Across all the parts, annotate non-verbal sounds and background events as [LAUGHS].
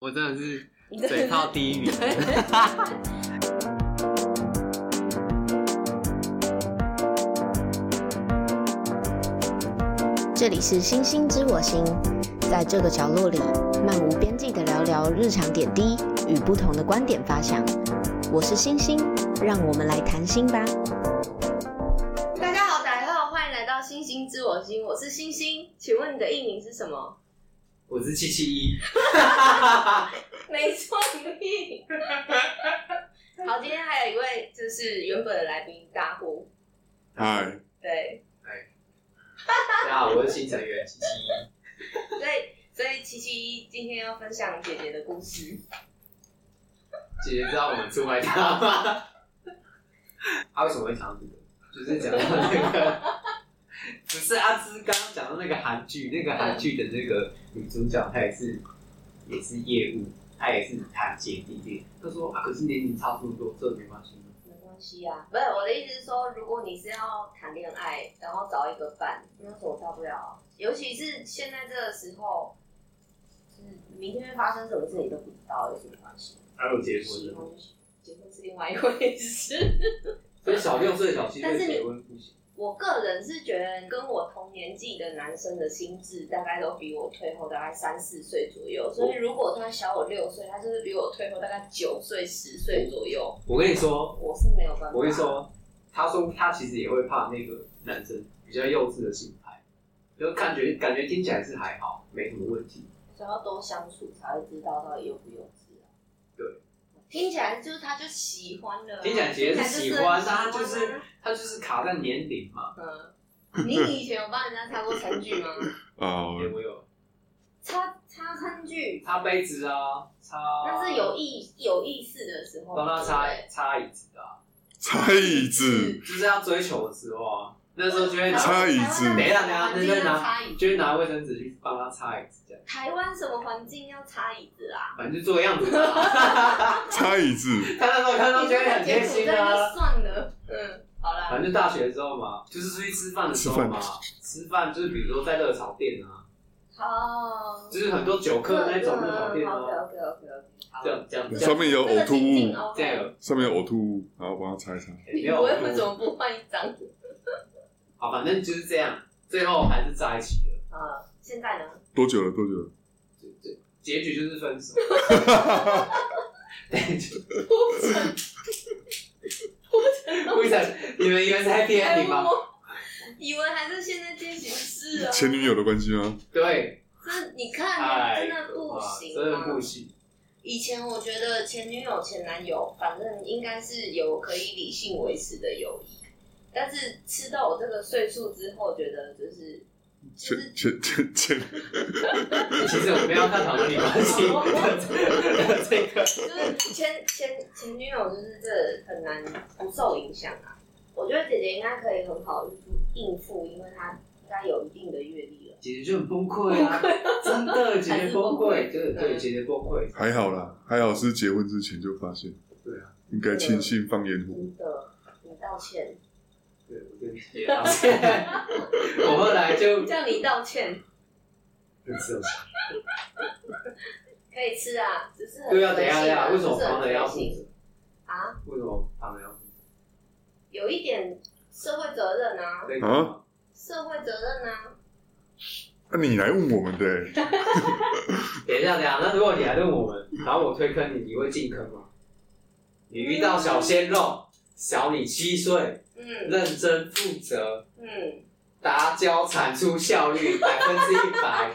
我真的 [LAUGHS] 是 [LAUGHS] 嘴炮第一名。这里是星星知我心，在这个角落里，漫无边际的聊聊日常点滴，与不同的观点发想。我是星星，让我们来谈心吧。大家好，大家好，欢迎来到星星知我心，我是星星，请问你的艺名是什么？ [LAUGHS] 我是七七一， [LAUGHS] 没错，你的艺名。好，今天还有一位就是原本的来宾大呼，嗨，对，大家好，我是新成员七七一。所以所以琪琪今天要分享姐姐的故事，姐姐知道我们出卖她吗？她为什么会讲到这个？就是讲到那个，不是阿芝刚刚讲到那个韩剧，那个韩剧的那个女主角，她也是也是业务，她也是谈姐弟恋。她说啊，可是年龄差这么多，这没关系吗。没关系啊。不是我的意思是说，如果你是要谈恋爱，然后找一个伴，没有什么大不了啊。尤其是现在这个时候，就是明天会发生什么事你都不知道，有什么关系？还有结喜婚欢结婚是另外一回事。 [LAUGHS] 所以小六岁、小七岁但是你结婚不行。我个人是觉得跟我同年纪的男生的心智大概都比我退后大概三四岁左右，所以如果他小我六岁，他就是比我退后大概九岁十岁左右，我跟你说，我是没有办法。我跟你，说，他说他其实也会怕那个男生比较幼稚的心态，就感觉感觉听起来是还好，没什么问题。所以要多相处才会知道到底幼不幼稚啊。对，听起来就是他就喜欢了啊，听起来其实是喜欢他但他就是他就是卡在年龄嘛，嗯。你以前有帮人家擦过餐具 [LAUGHS] 吗？啊，有没有？擦擦餐具，擦杯子啊，擦，那是有意有意识的时候，帮他擦对不对擦椅子啊，擦椅子，就是要追求的时候啊，那时候就会拿，擦椅子等一下等一下，那台湾是就会要拿擦椅，子就会拿卫生纸去帮他擦椅子，这样，台湾什么环境要擦椅子啊？反正就做个样子嘛。 [LAUGHS] 擦椅子，看到时候看到觉得很贴心啊。就算了，嗯，好啦反，正大学的时候嘛，就是出去吃饭的时候嘛，吃饭就是比如说在热炒店啊，好，就是很多酒客那种热炒店啊， OK OK OK，好这，样这样这上样面有呕吐物，这样有，上面有呕吐物，然后帮他擦一擦。哎没你有为为呕什吐物么不换一张？好，反正就是这样，最后还是在一起了，啊，现在呢？多久了？多久了？就就结局就是分手。对，就铺陈，铺陈到为什么你们以为是 happy ending 吗？我哎以为还是现在进行式啊，前女友的关系吗？对，这你看，哎真，的不哇行，啊真的不。行。以前我觉得前女友、前男友，反正应该是有可以理性维持的友谊，但是吃到我这个岁数之后，觉得就是就前是前前前，其实我们要探讨伦理关系的这个，就是前前前女友，就是这很难不受影响啊。我觉得姐姐应该可以很好地应付，因为她应该有一定的阅历了。姐姐就很崩溃啊，真的，姐姐崩溃，对对，姐姐崩溃。还好啦，还好是结婚之前就发现。对啊，应该庆幸放烟火。真的，你道歉，对，我跟 [LAUGHS] 你姐道歉。我后来就叫你道歉可以吃啊，只是很对啊，等一下随等一性啊下，为什么旁人要负责？为只是很随性啊？什么旁人要负责？有一点社会责任啊，可以讲吗？社会责任啊，那、啊你来问我们的、欸，等一下等一下，那如果你来问我们，然后我推坑你，你会进坑吗？你遇到小鲜肉，小你七岁，嗯认真负责，嗯，达标产出效率百分之一百，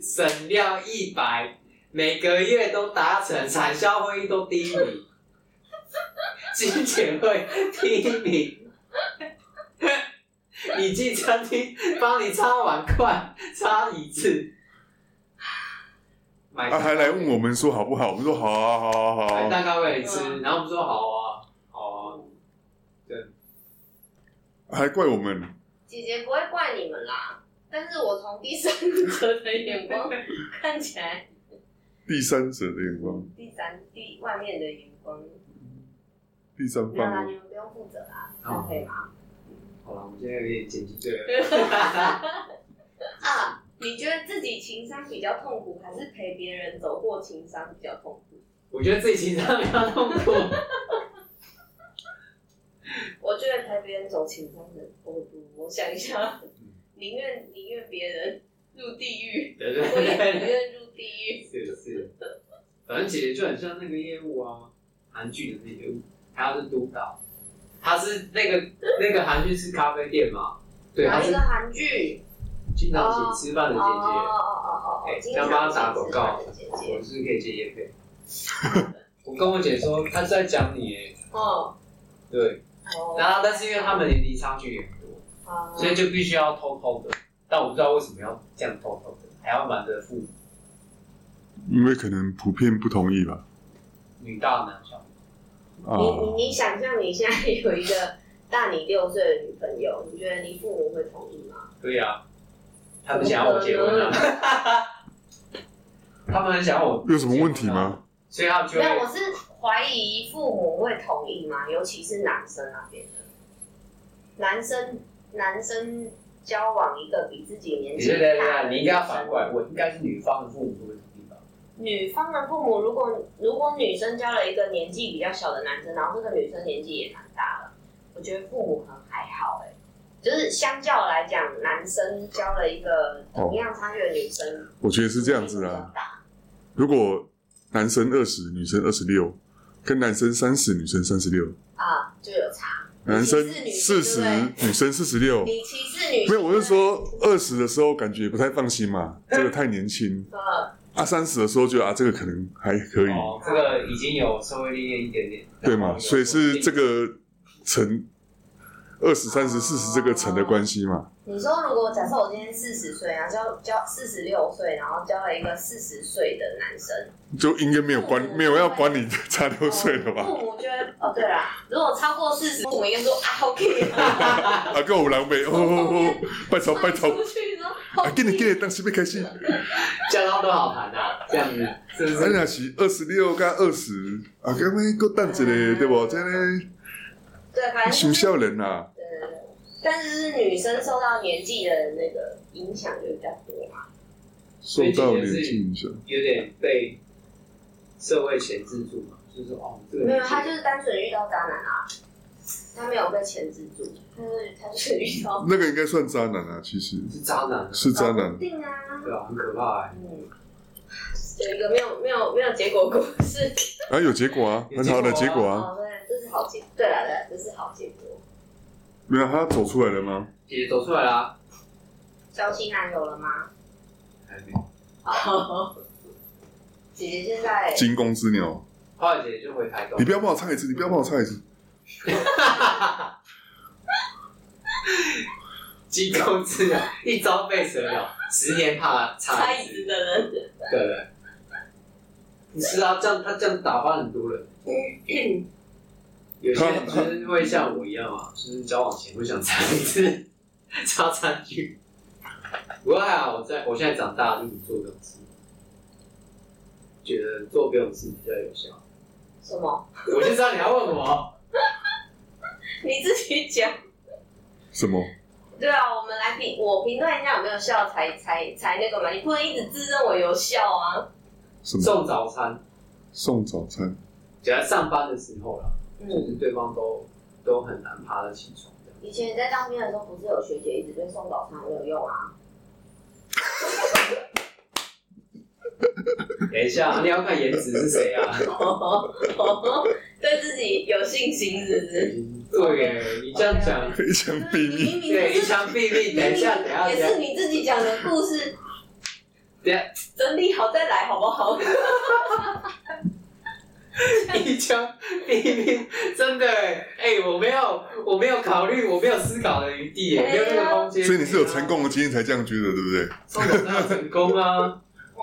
省料一百，每个月都达成，产销会议都第一名，金钱会第一名。 [LAUGHS] 你进餐厅帮你擦碗筷、擦椅子，买啊，还来问我们说好不好？我们说好啊，好啊，好买啊。蛋糕给你吃，然后我们说好啊，好啊，还怪我们，姐姐不会怪你们啦，但是我从第三者的眼光看起来，第三者的眼光，第三第外面的眼光，第三没有啦，方你们不用负责啦，这好样可以吗？好了，我们现在有点剪辑对了。啊，你觉得自己情商比较痛苦，还是陪别人走过情商比较痛苦？我觉得自己情商比较痛苦，我觉得陪别人走情商的，我我我想一下，嗯宁愿宁愿别人入 [LAUGHS] 地狱，对我对也宁对，愿入地狱。是是，反正姐姐就很像那个业务啊，韩剧的那个业务，她是督导，她是那个那个韩剧是咖啡店嘛，对，她哪一是个韩剧？经常请吃饭的姐哦哦姐。哦哦哎哦，经这样帮常她打广告的姐姐我。是可以接叶 [LAUGHS] 配。我跟我姐说，她是在讲你耶，哦对。哦，然后，但是因为他们年龄差距也很多， [LAUGHS] 好所以就必须要偷偷的。但我不知道为什么要这样偷偷的，还要瞒着父母，因为可能普遍不同意吧。女大男小。啊，你你你想象你现在有一个大你六岁的女朋友，你觉得你父母会同意吗？对呀、他们想要我结婚啊， [LAUGHS] 他们很想要我。有什么问题吗？？所以他们就没有，我会，是怀疑父母会同意吗？尤其是男生那边的，男生男生交往一个比自己年你纪对对大的对，你应该要反女生过来问，应该是女方的父母会不会同意吧？女方的父母，如果如果女生交了一个年纪比较小的男生，然后这个女生年纪也蛮大了，我觉得父母可能还好哎、就是相较来讲，男生交了一个同样差距的女生，我觉得哦是这样子年纪啦比较。大，如果男生二十，女生二十六，跟男生三十，女生三十六，啊，就有差。男生你歧视四女十性对不，女生四十六对，你歧视女性？哦没有，我是，说二十的时候感觉不太放心嘛，这个太年轻。呃，啊，三十的时候觉得啊，这个可能还可以，哦，这个已经有社会历练一点点，对然后嘛？有所以是稳定这个乘二十、三十、四十这个乘的关系嘛。你说如果假设我今天四十岁，然后交交四十六岁，然后交了一个四十岁的男生，就应该没有关，没有要管你差六岁了吧？父母觉得哦，对啦，如果超过四十，父母应该说啊，OK [LAUGHS] 啊。啊，够我狼狈哦哦，哦拜托拜托，出去说，啊，给你给你，当时别开心。这样他都好谈啊，这样子是不咱是？若是二十六加二十，啊，咁样够等一下对不？这呢，对，反正想就是少年啦，对对对但是是女生受到年纪的那个影响就比较多嘛。受到年纪影响，有点被社会钳制住嘛，就是哦，这个没有，年纪她就是单纯遇到渣男啊，她没有被钳制住，她就是她就是遇到那个应该算渣男啊，其实是渣男啊，是渣搞男不。定啊。对啊，很可怕哎、嗯，有一个没有没有没有结果故事。啊，有结果啊，很好的结果啊。哦，对，这是好结，对啦对啦，这是好结果。没有，他走出来了吗？姐姐走出来啦、交新男友了吗？还没有。哦，姐姐现在惊弓之鸟，后来姐姐就回台东你，不要帮我唱一次，你不要帮我唱一次。鸡公之鸟，一朝被蛇咬，十年怕差差椅一子只。的人。对对。不是啊，这样他这样打翻很多人。嗯有些人就是会像我一样啊，就是交往前会想尝试 [LAUGHS] 擦餐具。不过还好，我在我现在长大就不做这种事，觉得做这种事比较有效。什么？我就知道你要问我，你自己讲。什么？对啊，我们来评，我评断一下有没有效才才才那个嘛，你不能一直自认为有效啊。什么？送早餐，送早餐？只要上班的时候啦，就嗯，是对方都都很难爬得起床的。以前你在当兵的时候，不是有学姐一直被送早餐没有用啊？等一下，你要看颜值是谁啊？对自己有信心是不是？对，你这样讲，一枪毙 [LAUGHS] 你 [LAUGHS] 命。明明对，一是枪毙命。等一下，等一下，等也 [LAUGHS] 一下是，你自己讲的故事，等一下。整理好再来好不好？一枪毙命，真的哎、欸我没有，我没有考虑，我没有思考的余地、欸，哎没有呀那个空间。啊所以你是有成，功的经验才这样觉得，对不对？送早餐有成功 [LAUGHS] 啊！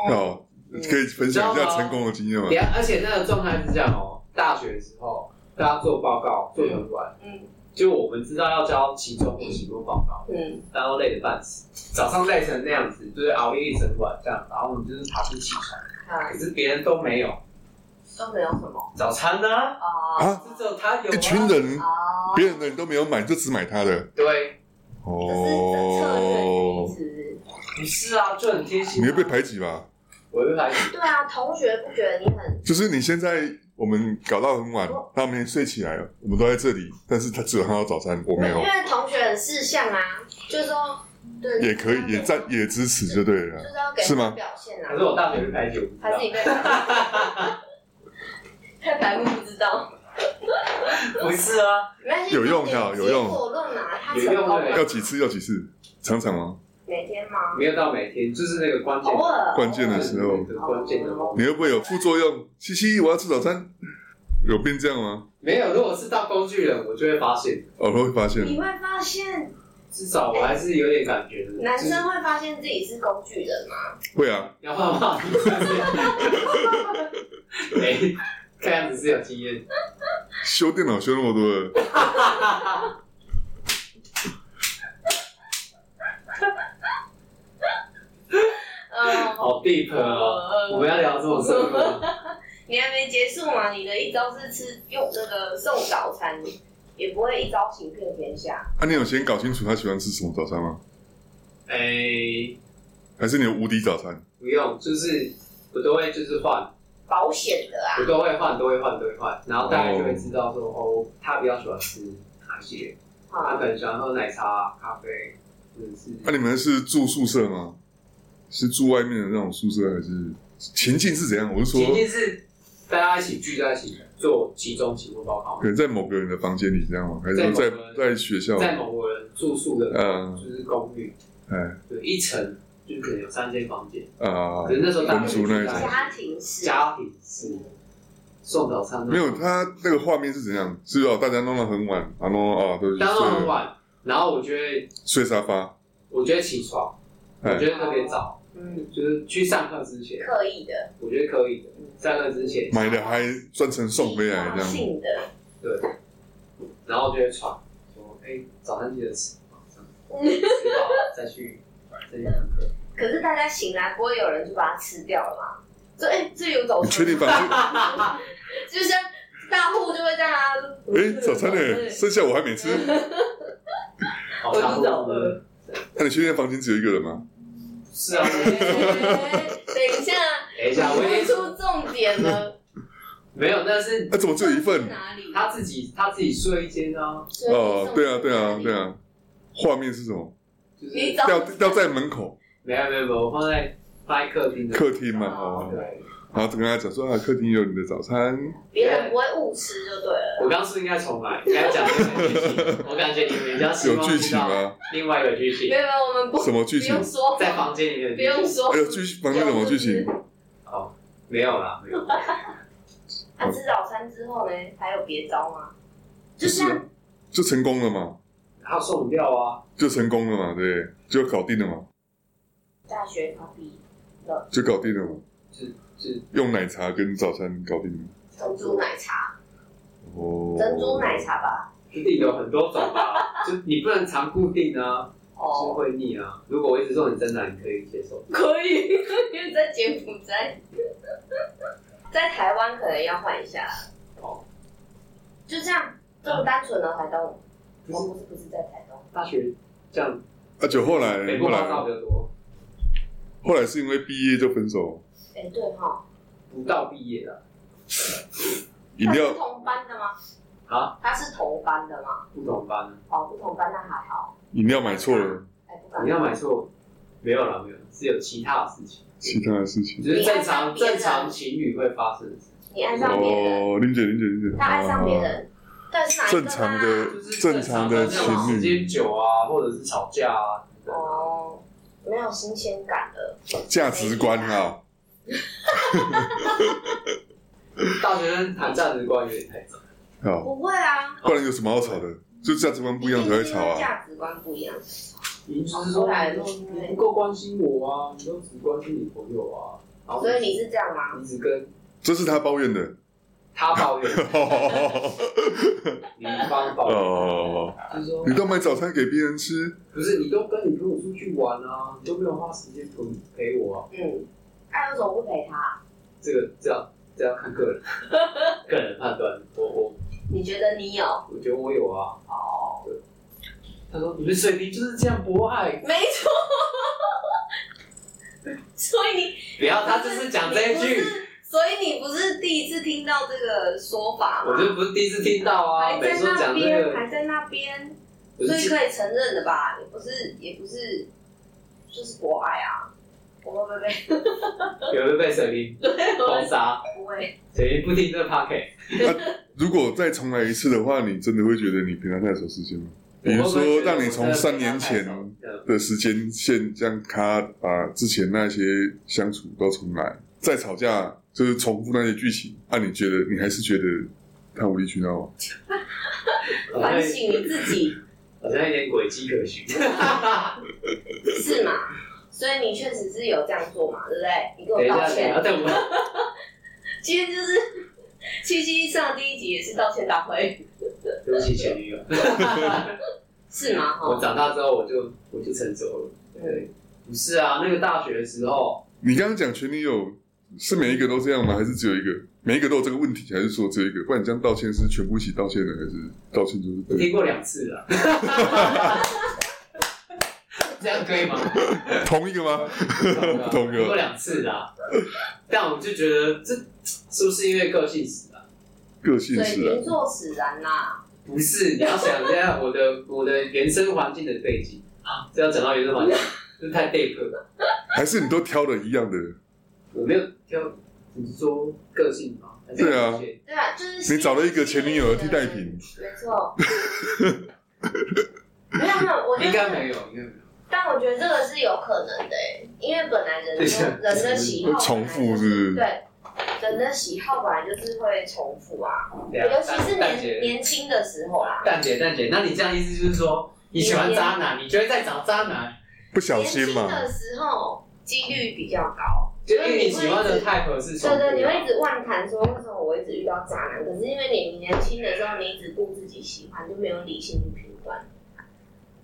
哦，可以分享一下成功的经验吗等一？下，而且那个状态是这样哦、大学的时候，大家做报告做很晚，嗯就我们知道要交期中或期末报告，嗯，大家都累得半死，早上累成那样子，就是熬夜一整晚这样，然后我们就是爬不起床，啊可，是别人都没有都没有什么早餐呢、啊，啊是只有他有、啊。一哎群人，啊，别人的你都没有买，就只买他的。对，可是策略哦，是不是？你不是啊，就很贴心、你啊。会被排挤吧？我会被排挤。对啊，同学不觉得你很就是你现在我们搞到很晚我，他们睡起来了，我们都在这里，但是他只有看到早餐，我没有因，为同学很识相啊，就是说，对，也可以也赞就也支持就对了。是要给是吗表现啊可，是我大学被排挤，啊我不知还是你道。被 [LAUGHS] 太白目不知道，不是啊，没关系有用的有用结果论拿他有成用功的要了，几次？要几次？常常啊吗？每天吗？没有到每天，就是那个关键偶尔，关键的时候对关键的 moment 你会不会有副作用？西西，我要吃早餐，有变这样吗？没有，如果是到工具人，我就会发现，哦，会发现你会发现至少我还是有点感觉的。男就是生会发现自己是工具人吗？会啊，要画画， [LAUGHS] 没，哎看样子是有经验。修电脑修那么多了，嗯，好 deep 哦，啊我们要聊这种事吗？呃你还没结束吗？你的一招是吃用那个送早餐，也不会一招行遍天下。啊，你有先搞清楚他喜欢吃什么早餐吗？哎、还是你有无敌早餐？不用，就是我都会就是换，保险的啊，我都会换，都会换，都会换，然后大概就会知道说哦，他比较喜欢吃哪些，他啊，可能喜欢喝奶茶、咖啡，或者是啊那、你们是住宿舍吗？是住外面的那种宿舍，还是情境是怎样？我是仅说，仅是大家一起聚在一起做期中期末报告可，能在某个人的房间里这样吗？还是说在在某个在学校？在某个人住宿的，嗯就是公寓，哎对，一层就是可能有三间房间。啊可，是那时候大家文竹那一种家庭式，家庭式送早餐没有，，他那个画面是怎样？是哦，大家弄到很晚，然后弄到啊都去当然很睡晚，然后我就会，睡沙发，我就会起床，我哎觉得特别早，嗯，就是去上课之前，刻意的，我觉得可以的。上课之前，买的还专程送回来这计划样。性的，对，然后就会传说，哎，早餐记得吃，这样 [LAUGHS] 吃饱了再去再去上课。可是大家醒来不会有人就把它吃掉了吗？说哎，这有早你餐，确定把这？ [LAUGHS] 就像大户就会这样啊， [LAUGHS] 哎，早餐呢？剩下我还没吃。好我差不知道多了了。那你确定房间只有一个人吗？是啊，等一下，等一下，我已问经出重点了，没有，但是那、怎么只有一份？哪里？他自己他自己睡一间啊，哦，对啊，对啊，对。啊。画面是什么？就是你早掉掉在门口没有没有没有，我放在放在客厅的客厅嘛，哦哦，对，然后跟他讲说啊，客厅有你的早餐，别人不会误吃就对了。我刚刚是不是应该重来，应该讲这个剧情。我感觉你们比较希有望剧情听到吗？另外一个剧没情，有没有，我们不什么剧不情用？说，在房间里面的不剧情用说哎。呦，剧房间什么剧情？哦，没有啦，没有。他啊吃早餐之后呢，还有别招吗？就啊像就成功了嘛，还有送饮料啊，就成功了嘛，对不对，就搞定了嘛，大学 copy 就搞定了嘛，就是用奶茶跟早餐搞定了。珍珠奶茶，哦，珍珠奶茶吧。一定有很多种吧， [LAUGHS] 就你不能常固定啊，就是哦，会腻啊。如果我一直送你真奶，你可以接受。可以， [LAUGHS] 因为在柬埔寨， [LAUGHS] 在台湾可能要换一下。哦，就这样，这么单纯的台东，不我是不是不是在台东，大学这样，啊，就后来北部后花招来比较多，后来是因为毕业就分手，哎，对哈，不到毕业啊了饮他是料同班的吗？啊，他是同班的吗？不同班啊，哦，不同班那还好，饮料买错了，哎，不敢你。要买错，没有啦，没有啦，是有其他的事情，其他的事情。只是正常你爱上别正人常情侣会发生的事，你爱上别人，哦，林姐，林姐，林姐，啊他爱上别人，但是哪一个正常的就是正常的情那种时间侣久啊，或者是吵架啊，等等哦，没有新鲜感了。价值观啊，大学生谈价值观有点太早，哦好，不会啊，不然有什么好吵的？就价值观不一样才会吵一定是因为啊。价值观不一样。你就是说你不够关心我啊，你都只关心你朋友啊，然后所以你是这样吗？你只跟这是他抱怨的。 [LAUGHS] 他抱怨，你一方抱怨，哦，就是说你都买早餐给别人吃，不是你都跟你朋友出去玩啊，你都没有花时间陪陪我啊，嗯，爱为什么不陪他？这个这样这样看个人，个人判断，我我你觉得你有？我觉得我有啊，哦，他说你们水平就是这样博爱，没错， [LAUGHS] 所以你不要，他就是讲这一你不句，是，所以你不是第一次听到这个说法吗？我就不是第一次听到啊。还北在叔那讲这边，个，还在那边，我所以是可以承认的吧？也不是，也不是，就是国外啊，我会不会有人被水 [LAUGHS] 瓶被？封杀，不会，水瓶不听这 p o c k e t 如果再重来一次的话，你真的会觉得你平常太少时间吗？比如说，让你从三年前的时间线这样咔把之前那些相处都重来，再吵架就是重复那些剧情，啊，你觉得你还是觉得他无理取闹吗？反省你自己好像有点轨迹可 [LAUGHS] 循。是嘛？所以你确实是有这样做嘛，对不对？你跟等一我道下，等一下，等歉。我。今天就是七七上第一集也是道歉大会，对不起，哦前女友。是吗？我哈，长大之后，我就我就成熟了。对，不是啊，那个大学的时候，你刚刚讲前女友是每一个都这样吗？还是只有一个？每一个都有这个问题，还是说只有一个？不然你这样道歉是全部一起道歉的，还是道歉就是我对听过两次 [LAUGHS] 了。这样可以 [LAUGHS] 吗？同一个吗？不同一听过个两次啦。但我就觉得这是不是因为个性使然？个性啊水使然瓶。座使然啊啦，不是，你要想一下我的我的原生环境的背景啊，这要讲到原生环境，这太 deep 了。还是你都挑了一样的？我没有挑，你是说个性吗？还是对啊个性对啊，就是你找了一个前女友的替代品，没错。没有没有，我觉应该得，没有，应该没有。但我觉得这个是有可能的欸，因为本来人对人的喜好本来就是重复是不是对，人的喜好本来就是会重复啊，对啊尤其是蛋姐年年轻的时候啊啦，蛋姐，蛋姐，那你这样意思就是说，你喜欢渣男，你就会再找渣男，不小年心轻嘛，的时候几率比较高，就因为你喜欢的 type 是重复对的对，你会一直妄谈说为什么我一直遇到渣男，可是因为你年轻的时候你一直顾自己喜欢，就没有理性去评断。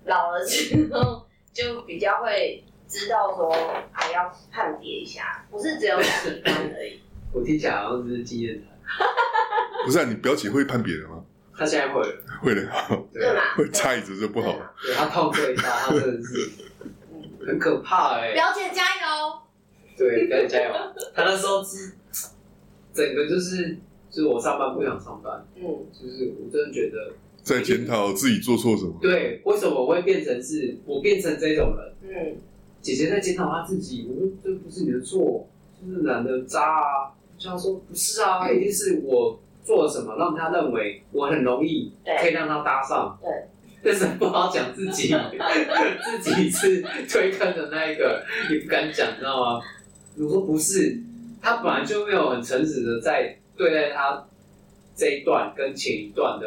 老了之后就比较会知道说还要判别一下，不是只有喜欢而已。我听起来好像只是经验谈， [LAUGHS] 不是、啊、你表姐会判别人吗？ [LAUGHS] 他现在会了，会的， [LAUGHS] 对嘛？会猜疑着就不好了。对他痛这一刀，他真的是很可怕哎、表姐加油！对，表姐加油！ [LAUGHS] 他那时候是整个就是，就是我上班不想上班，嗯，就是我真的觉得，在检讨自己做错什么。，对，为什么我会变成是我变成这种人？嗯，姐姐在检讨她自己，我说这不是你的错，就是男的渣啊。就像说不是啊，一定是我做了什么让他认为我很容易可以对，让他搭上。对，但是不好讲自己，自己是推坑的那一个，你不敢讲，你知道吗？我说不是，他本来就没有很诚实的在对待他这一段跟前一段的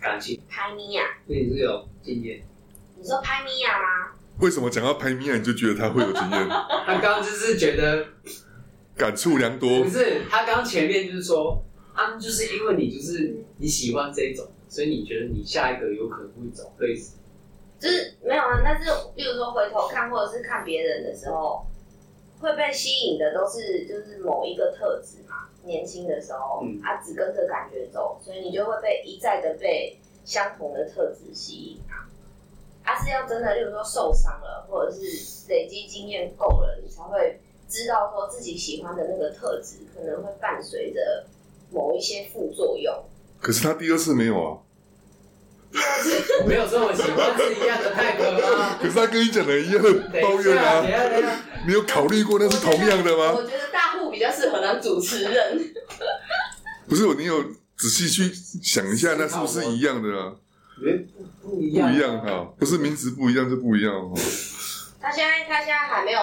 感情，拍米娅，所以你是有经验。你说拍米娅吗？为什么讲到拍米啊娅你就觉得她会有经验？ [LAUGHS] 他刚刚就是觉得感触良多不。是，他刚前面就是说，啊，就是因为你就是你喜欢这一种，所以你觉得你下一个有可能会找对手。就是没有啊，但是比如说回头看或者是看别人的时候，会被吸引的都是就是某一个特质嘛。年轻的时候，嗯啊，只跟着感觉走，所以你就会被一再的被相同的特质吸引啊。啊，是要真的，例如说受伤了，或者是累积经验够了，你才会知道说自己喜欢的那个特质可能会伴随着某一些副作用。可是她第二次没有啊。我没有说我喜欢是一样的泰格 [LAUGHS] 吗？可是她跟你讲的一样的等抱一怨下，等一啊，下，等一下，你有考虑过那是同样的吗？我觉得大户比较适合当主持人。不是，你有仔细去想一下，那是不是一样的啊？没不不一不样，一样哈、不是名词不一样就不一样哦。他现在他现在还没有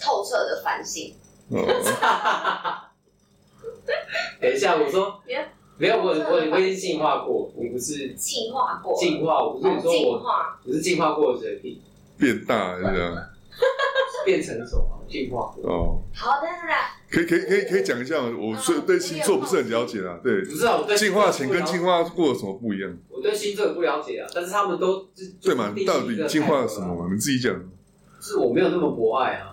透彻的反省，哦等一下，我说别没有，我我我已经进化过，我不是进化过，进化，我不是说哦进我化，我是进化过的水平，变大是吧？变成熟啊，进化过。哦，好，但是啦，可以可以可以可以讲一下吗，我虽对星座不是很了解啊，对不，是啊，我对进化前跟进进化过有什么不一样？我对星座也不了解啊，但是他们都就对嘛？你到底进化了什？就是定义一个 type 啊么嘛？你自己讲。就是我没有那么博爱啊。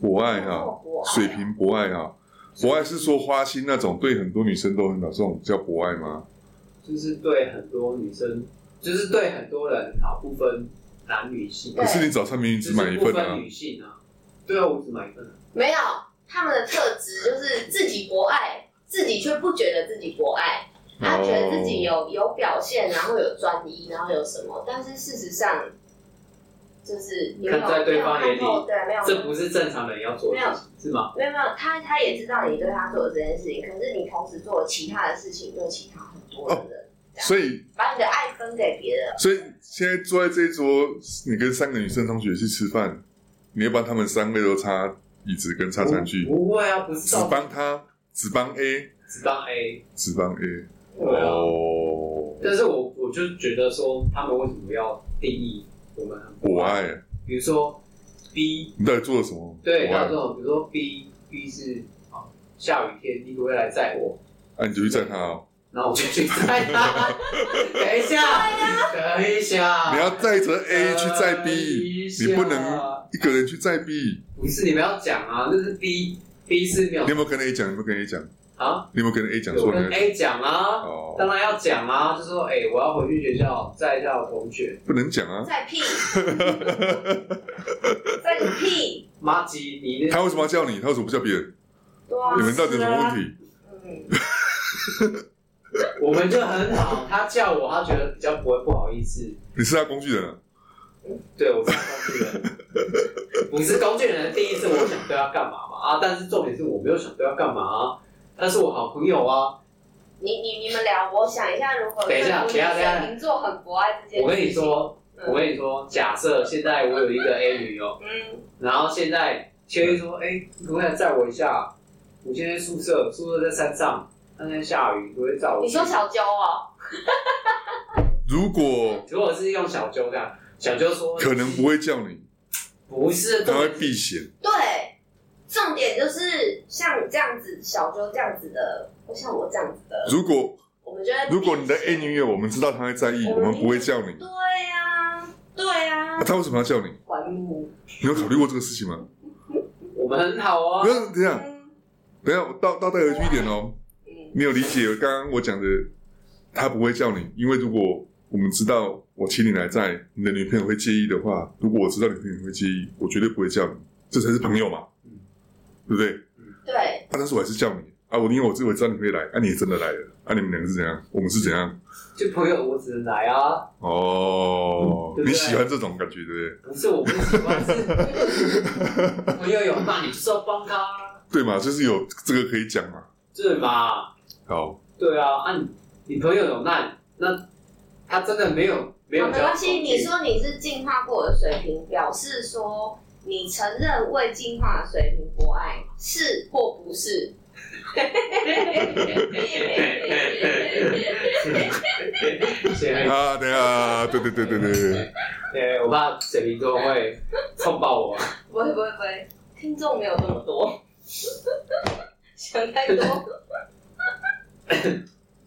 博爱哈、我哎水平博爱哈、博爱是说花心那种，对很多女生都很好，这种叫博爱吗？就是对很多女生，就是对很多人好，不分男女性，对可是你早上明明就只是买一不份分啊，女性啊，对啊，我只买一份啊。没有，他们的特质就是自己博爱，自己却不觉得自己博爱，他觉哦得自己有有表现，然后有专一，然后有什么，但是事实上就是你没有看在对方眼里没有看透对，没有这不是正常人要做的没有事情，是吗？没有没有，他他也知道你对他做的这件事情，可是你同时做了其他的事情，对其他很多的人，所以，把你的爱分给别人，所以现在坐在这一桌，你跟三个女生同学去吃饭，你要帮他们三位都擦椅子跟擦餐具，不会啊，不是只照帮他，只帮 A，只当 A，只帮 A。对啊。哦，但是我我就觉得说，他们为什么要定义我们很我？爱，比如说 B，你到底做了什么？对，我那爱这，种比如说 B，B 是啊，下雨天你可不可以来载我？啊，你就去载他哦。然后我就去载 [LAUGHS] 他。等一下，等一下，你要载着呃 A 去载 B， B，你不呃能一个人去载 B。不是你们要讲啊，那是 B，B 是没有你有没有跟 A 讲？有没有跟 A 讲？啊，你有没有跟 A 讲我说跟呢？ A 讲啊，当哦，然要讲啊，就说哎、我要回去学校载一下我同学不能讲啊。在屁， [LAUGHS] 在你屁，妈吉，你那他为什么要叫你？他为什么不叫别人？对啊哦你，们到底有什么问题？啊嗯，我们就很好，他叫我，他觉得比较不会不好意思。你是他工具人啊？对，我是工具 [LAUGHS] 人，不是工具人的定义是我想对他干嘛嘛啊，但是重点是我没有想对他干嘛、啊，他是我好朋友啊。你你你们聊，我想一下，如果等一下对等付一下女等一下生您做很博爱这件事情，我跟你说，嗯，我跟你说，假设现在我有一个 A 女友，嗯，然后现在秋叶说，哎、你可不可以来载我一下？我现在宿舍，宿舍在山上，那天下雨，你可不可以载我去？你说小娇哦，如果如果是用小揪这样，小揪说可能不会叫你，不是，他会避嫌。对，重点就是像这样子，小娇这样子的，不像我这样子的，如果我们觉得如果你的 A 女友，我们知道她会在意，我们不会叫你。对呀、对呀、那她为什么要叫你？管你。你有考虑过这个事情吗？我们很好啊不。是这样，嗯等一下我倒倒带回去一点哦。嗯，你有理解刚刚我讲的，他不会叫你，因为如果我们知道我请你来在，你的女朋友会介意的话，如果我知道你女朋友会介意，我绝对不会叫你，这才是朋友嘛，嗯对不对？对，啊，但是我还是叫你啊，我因为我自己知道你会来，啊，你也真的来了，啊，你们两个是怎样？我们是怎样？就朋友，我只能来啊，嗯哦，对不对你喜欢这种感觉，对不对？不是我不喜欢， [LAUGHS] 是朋友有骂你就是要帮他啊，对嘛，就是有这个可以讲嘛。对嘛？好，对啊，啊你你朋友有难，那他真的没有没有好，比没较关系。公平你说你是进化过的水平，表示说你承认未进化的水平博爱是或不 [LAUGHS] 是？对，啊，等一下，对对对对对对，对哎我怕水瓶座会冲爆我，不会不会不会，听众没有这么多，想太多。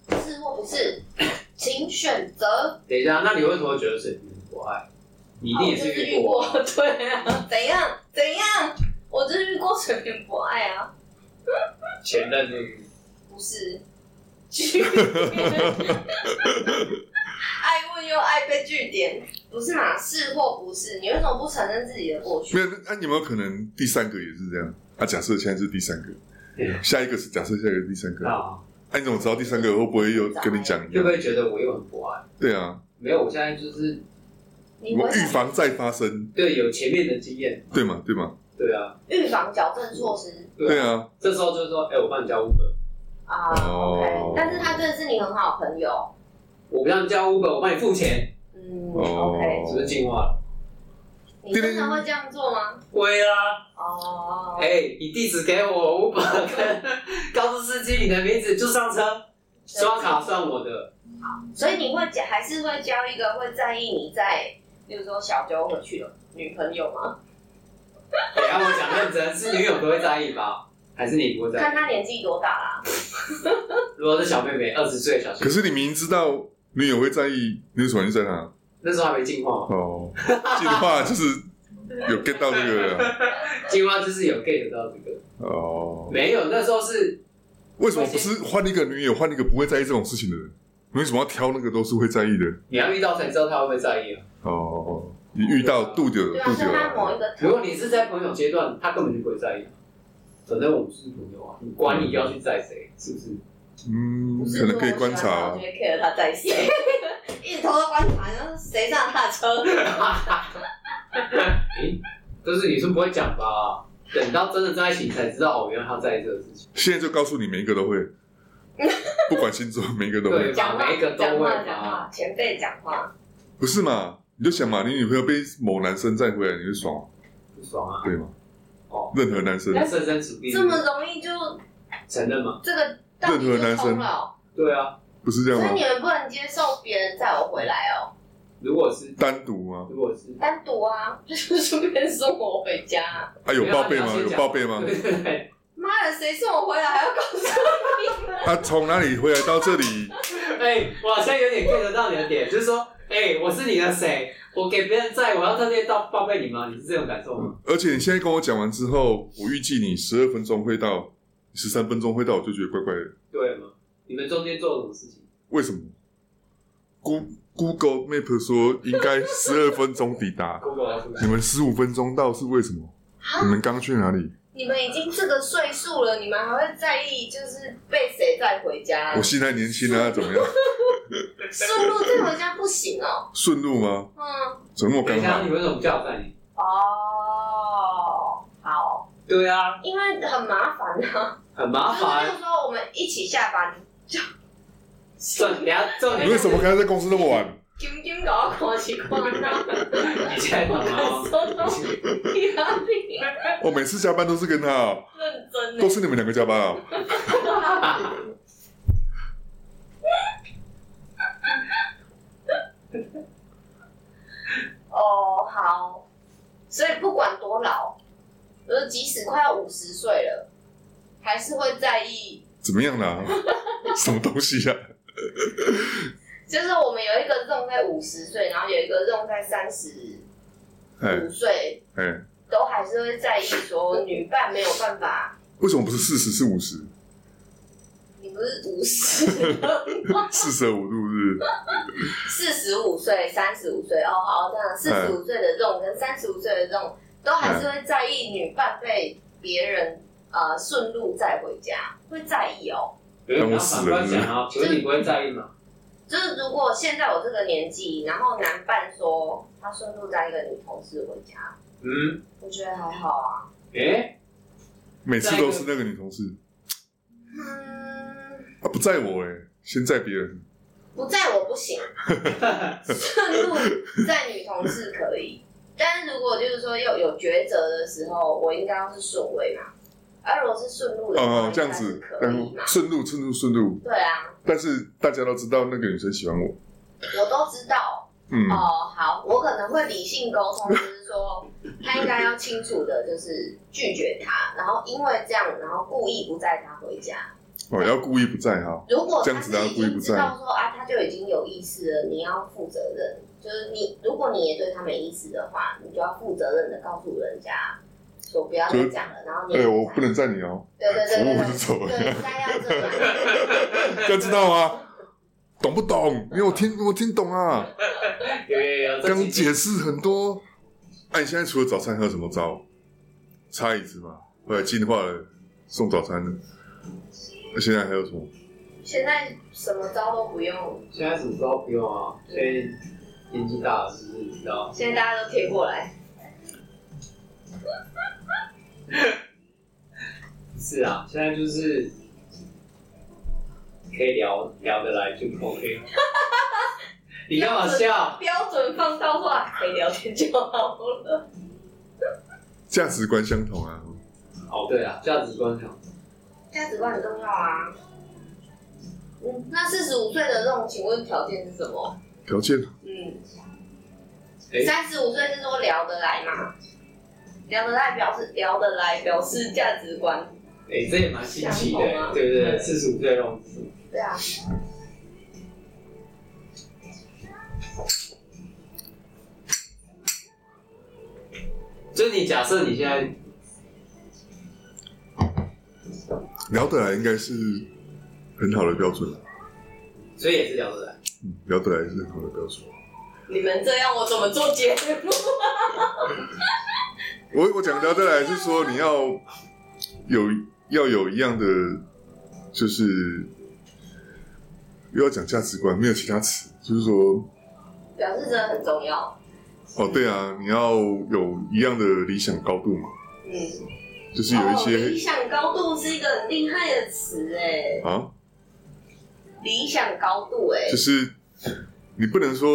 是或不是，请选择。等一下，那你为什么觉得水瓶很不爱？你一定也哦我就是是遇遇过过，对啊，怎样怎样？我就是遇过水平博爱啊。前任那个不是，爱问又爱被据点，不是嘛？是或不是？你为什么不承认自己的过去没？有，那、有没有可能第三个也是这样？啊，假设现在是第三个，对下一个是假设下一个是第三个，啊，哎、你怎么知道第三个会不会又跟你讲一会样不？会觉得我又很不爱？对啊，没有，我现在就是你我回预防再发生，对有前面的经验，对吗？对吗？对啊，预防矫正措施对啊，啊，这时候就是说，哎，我帮你叫 Uber，啊、o 哦 k 但是他真的是你很好的朋友，我不让你叫 Uber，我帮你付钱，嗯、哦 o k 是不是进化了？你真的会这样做吗？会啊，哦、哎，你地址给我，Uber 跟告诉司机你的名字就上车，刷卡算我的，所以你会交还是会交一个会在意你在，比如说小周回去的女朋友吗？等一下哎啊我讲认真，是女友都会在意吧？还是你不会在意？看他年纪多大啦、如果是小妹妹，二十岁的小学，可是你明知道女友会在意，你为什么还是在她？那时候还没进化嘛， [LAUGHS] 哦，进化就是有 get 到这个了。进化就是有 get 到这个，哦，没有，那时候是为什么不是换一个女友，换一个不会在意这种事情的人？你为什么要挑那个都是会在意的？你要遇到才知道她会不会在意啊。哦，你遇到度久对了啊，度是久啊他某一了，个如果你是在朋友阶段，他根本就不会在意啊。反正我们是朋友啊，你管你要去载谁，是不是？嗯，可能可以观察啊我，觉得 care 他在谁， [LAUGHS] 一直偷偷观察，然后谁上他的车，诶，就是你是不会讲吧？等到真的在一起，你才知道哦，原来他在意这个事情。现在就告诉你每一个都会，不管星座每一个都会对，讲话每一个都讲会话吧讲话，前辈讲话，不是嘛？你就想嘛，你女朋友被某男生载回来，你会爽吗不爽啊！对吗？哦，任何男生，设身处地这么容易就承认吗？这个到底就通了哦，对啊，不是这所样以吗？你们不能接受别人载我回来哦，如果是单独吗？如果是单独啊，就是顺便送我回家啊，啊，有报备没吗？有有报备吗？对对对，妈的，谁送我回来还要告诉你们？他啊从哪里回来到这里？ [LAUGHS] 哎，我好像有点 get 得到你的点，就是说，哎，我是你的谁？我给别人在，我要特地到报备你吗？你是这种感受吗？而且你现在跟我讲完之后，我预计你十二分钟会到，十三分钟会到，我就觉得怪怪的。对吗？你们中间做了什么事情？为什么？Go Google Map 说应该十二分钟抵达， Google 是不是你们十五分钟到是为什么？ [LAUGHS] 你们刚去哪里？啊你们已经这个岁数了，你们还会在意就是被谁载回家我？现在年轻啊，怎么样？ [LAUGHS] 顺路载回家不行哦，顺路吗？嗯，怎么那么等刚一下，你好？为什么不叫我载你？哦，好。对啊，因为很麻烦啊。很麻就烦是。说我们一起下班，算，等一下重点你为什么刚才在公司那么晚？金金搞到看是看到，你现在懂感吗？受到压力，我哦每次加班都是跟他哦，认真都的。是你们两个加班啊。 [LAUGHS] 哦，好。所以不管多老，就是即使快要五十岁了，还是会在意。怎么样啦？ [LAUGHS] 什么东西啊？就是我们有一个用在五十岁，然后有一个用在三十哎五岁，哎，都还是会在意说女伴没有办法。为什么不是四十是五十？你不是五十，四舍五入是不是？四十五岁、三十五岁，哦，好，这样四十五岁的这种跟三十五岁的这种，都还是会在意女伴被别人呃顺路载回家，会在意哦。然后反过来讲啊，所以你不会在意吗？就是如果现在我这个年纪，然后男伴说他顺路载一个女同事回家，嗯，我觉得还好啊。诶，每次都是那个女同事嗯，啊，不在我哎、先在别人。不载我不行，顺路载女同事可以，但是如果就是说又有抉择的时候，我应该要是顺位嘛。而如果是顺路的话，哦，这样子应该是，可以啊嗯嘛？，顺路顺路顺路。对啊，但是大家都知道那个女生喜欢我，我都知道。嗯，哦、好，我可能会理性沟通，就是说他应该要清楚的，就是拒绝他，然后因为这样，然后故意不载他回家。哦，要故意不在哈。如果这他样是子他已故意经不知载道说啊，他就已经有意思了，你要负责任。就是你，如果你也对他没意思的话，你就要负责任的告诉人家说不要再就是讲了，然后你哎、也我载不能载你哦，对对对我对我就对，走了，对应该要这样。要知道吗？懂不懂？因为我听我听懂啊，有有有，这刚几集解释很多。哎、你现在除了早餐还有什么招？擦椅子嘛，后来进化了送早餐的。那现在还有什么？现在什么招都不用，现在什么都不用啊，所以年纪大了是不是你知道？现在大家都贴过来。是啊，现在就是可以聊聊得来就 [LAUGHS] OK 了。你干嘛笑？标准放到话，可以聊天就好了。价值观相同啊，哦，对啊，价值观上，价值观很重要啊。嗯，那四十五岁的这种，请问条件是什么？条件嗯诶，三十五岁是说聊得来吗？聊得来表示聊得来表示价值观。哎、这也蛮新奇的、相同啊对不对？对四十五岁的样子，对啊，就是你假设你现在聊得来应该是很好的标准了、啊所以也是聊得来，嗯，聊得来是很好的标准。你们这样我怎么做节目？我我讲到这来是说你要有要有一样的，就是又要讲价值观，没有其他词，就是说表示真的很重要。哦，对啊，你要有一样的理想高度嘛，嗯，就是有一哦、理些、想高度是一个很厉害的词哎，啊，理想高度哎，就是你不能说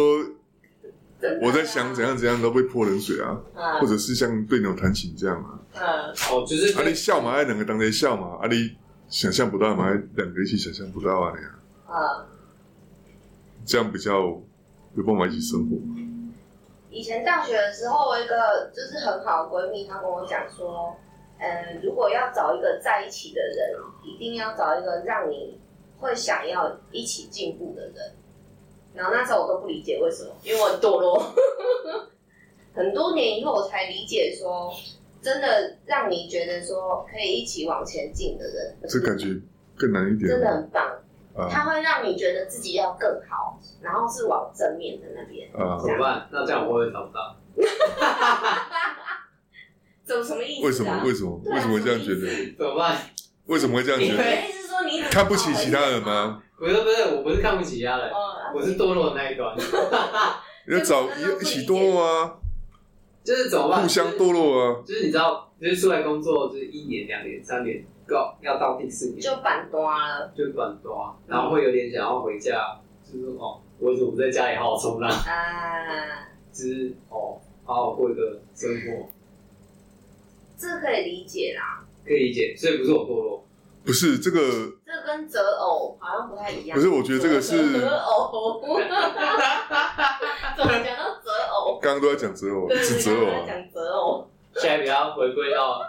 真的我在想怎样怎样都被泼冷水啊，啊或者是像对牛弹琴这样啊，嗯，哦，就是啊你笑嘛，爱两个当在笑嘛，啊你想象不到嘛，要两个一起想象不到啊，你啊啊，这样比较有办法一起生活。以前大学的时候，我有一个就是很好的闺蜜，她跟我讲说，嗯，如果要找一个在一起的人，一定要找一个让你会想要一起进步的人。然后那时候我都不理解为什么，因为我很堕落， [LAUGHS] 很多年以后我才理解说，真的让你觉得说可以一起往前进的人，这感觉更难一点真的哦很棒。啊它会让你觉得自己要更好，然后是往正面的那边。啊！怎么办？那这样我会不会找不到？怎么什么意思、啊？为什么？为什么？对啊为什么会这样觉什么得？怎么办？为什么会这样觉因得？为意思是说你怎么看不起其他人？吗？不是不是，我不是看不起他人，哦，我是堕落的那一端，要找对一一起堕落啊，就是怎么办？互相堕落啊。就是你知道，就是出来工作，就是一年、两年、三年，到要到第四年就板端了就短多，然后会有点想要回家，就是说哦，我为什么不在家里好好冲浪？啊，就是哦，好好过一个生活，这可以理解啦。可以理解。所以不是我堕落，不是这个，这跟择偶好像不太一样。不是，我觉得这个是择 [LAUGHS] 偶，怎么讲到择偶？刚刚都在讲择偶，是择偶啊。讲择偶，现在比较回归到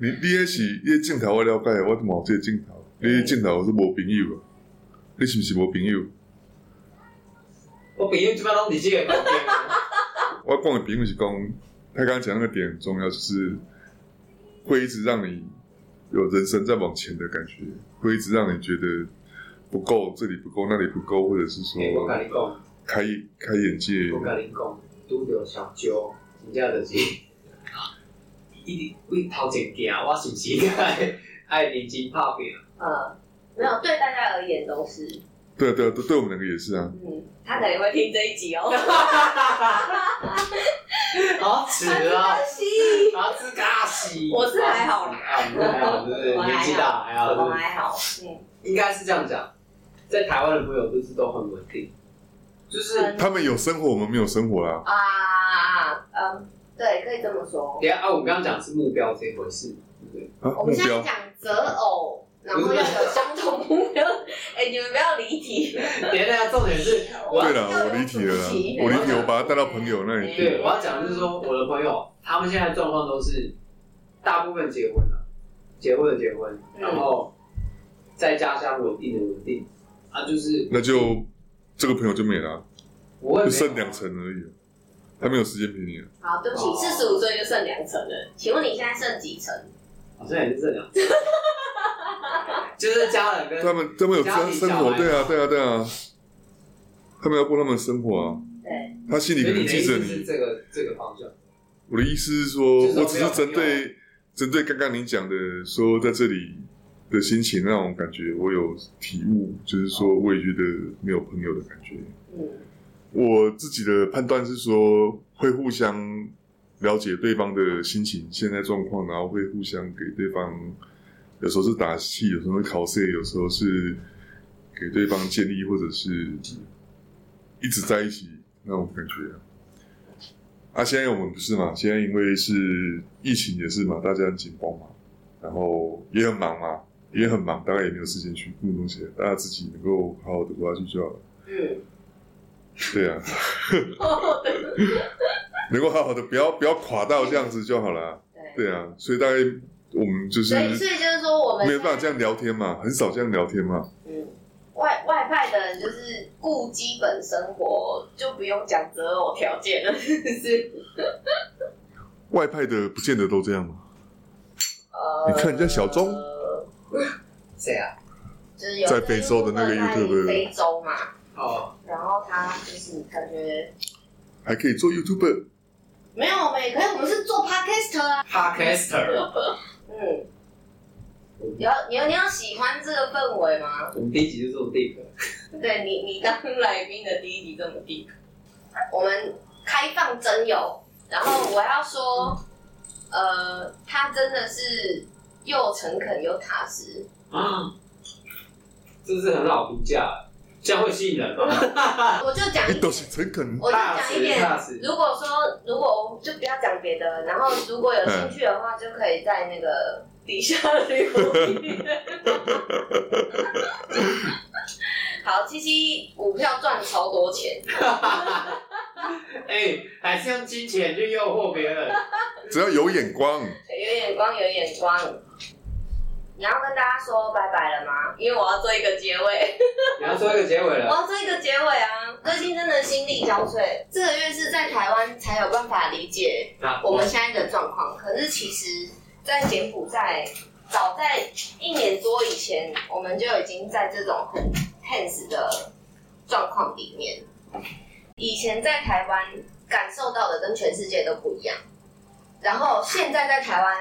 你你也是你的镜头我了解，我冇这个镜头，你的镜头是无朋友啊，你是不是无朋友？我朋友基本上你这个旁边，啊我讲的朋友是讲，他刚刚讲那个点很重要，就是会一直让你有人生在往前的感觉，会一直让你觉得不够，这里不够，那里不够，或者是说嘿哎我跟你讲，开开眼界。我跟你讲，拄着小酒，真正就是， [LAUGHS] 一为头前行，我是不是该爱认真拍拼？ [LAUGHS] 嗯，没有，对大家而言都是。对啊对啊，对对我们两个也是啊。嗯，他可能会听这一集哦。好吃啊，西，好吃嘎西。我是还好啦，啊，你还好，对不对？年纪大哎还好，对不我对 [LAUGHS] 还好。嗯，应该是这样讲，在台湾的朋友就是都很稳定，就是嗯他们有生活，我们没有生活啦。啊，嗯，对，可以这么说等。一下啊，我们刚刚讲是目标这一回事，对不对？啊，我目们现在标讲择偶，然后要有相同目标。哎，你们不要离题。等一下重点是，我对要了，我离题了啦，我离题，我把它带到朋友那里去。对我要讲的是说，我的朋友他们现在状况都是大部分结婚了，结婚的结婚，嗯然后在家乡稳定的稳定，啊，就是那就这个朋友就没了啊，我也就没剩两层而已啊，他没有时间陪你啊。好，对不起，四十五岁就剩两层了，请问你现在剩几层？好像也是这两 [LAUGHS] 层，就是家人他跟们他们有家生庭生小活，孩对啊，嘛对啊，对啊，他们要过他们的生活啊。对，他心里所可以能你的意记着思是你。这个这个方向，我的意思是说，就是说我只是针对针对刚刚你讲的，说在这里的心情让我感觉我有体悟，就是哦说我也觉得没有朋友的感觉。嗯，我自己的判断是说，会互相了解对方的心情、现在状况，然后会互相给对方，有时候是打气，有时候是考试，有时候是给对方建议，或者是一直在一起那种感觉啊。啊，现在我们不是嘛？现在因为是疫情也是嘛，大家很紧绷嘛，然后也很忙嘛，也很忙，大概也没有时间去顾东西，大家自己能够好好的活下去就好了。嗯，对啊，能够好好的，不要不要垮到这样子就好了。对。对啊，所以大概我们就是所以，所以就是说，我们没有办法这样聊天嘛，很少这样聊天嘛。嗯，外外派的人就是顾基本生活，就不用讲择偶条件了，是不是？外派的不见得都这样嘛。呃你看人家小钟呃谁啊？啊就是有在非洲的那个一部分 YouTuber 在非洲嘛，哦，然后他就是感觉还可以做 YouTuber，没有，我们也可以，我们是做 podcast 啊。 Podcaster，嗯，你要你要你要喜欢这个氛围吗？我们第一集就这么定了。对你你当来宾的第一集这么低，我们开放真友，然后我要说，呃，他真的是又诚恳又踏实，啊，这是很好评价，这样会吸引人吗？我就讲哎，一 [LAUGHS] 都点，是诚恳。我就讲一点踏实踏实。如果说如果就不要讲别的，然后如果有兴趣的话，就可以在那个底下留言， [LAUGHS] 好七七股票赚超多钱，哎、还是用金钱去诱惑别人。只要有眼光，有眼光有眼光。你要跟大家说拜拜了吗？因为我要做一个结尾。 [LAUGHS] 你要说一个结尾了，哇，这个结尾啊，最近真的心力交瘁。这个月是在台湾才有办法理解那我们现在的状况，可是其实，在柬埔寨早在一年多以前，我们就已经在这种很 tense 的状况里面。以前在台湾感受到的跟全世界都不一样，然后现在在台湾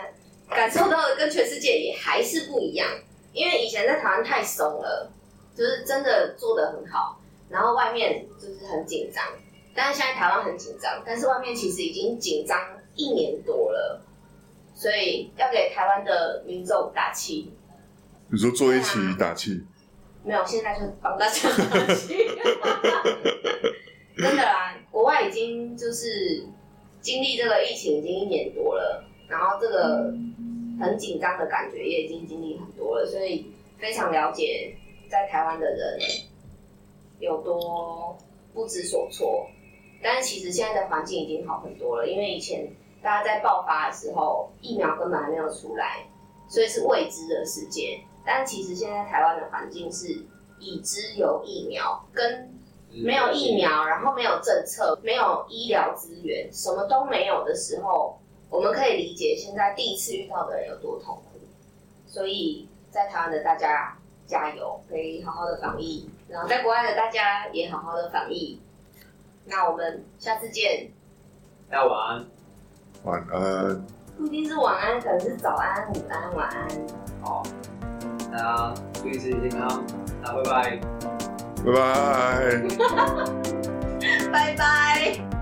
感受到的跟全世界也还是不一样，因为以前在台湾太松了。就是真的做得很好，然后外面就是很紧张，但是现在台湾很紧张，但是外面其实已经紧张一年多了，所以要给台湾的民众打气。你说坐一起打气，没有，现在就是帮大家打气。真的啦，国呃外已经就是经历这个疫情已经一年多了，然后这个很紧张的感觉也已经经历很多了，所以非常了解在台湾的人有多不知所措。但是其实现在的环境已经好很多了，因为以前大家在爆发的时候，疫苗根本还没有出来，所以是未知的世界。但其实现在台湾的环境是已知有疫苗，跟没有疫，苗，然后没有政策，没有医疗资源，什么都没有的时候，我们可以理解现在第一次遇到的人有多痛苦。所以在台湾的大家加油，可以好好的防疫，然后在国外的大家也好好的防疫。那我们下次见，大家晚安晚安，不一定是晚安，可能是早安、午安、晚安。好，大家注意身体健康，大家拜拜。拜拜。拜拜。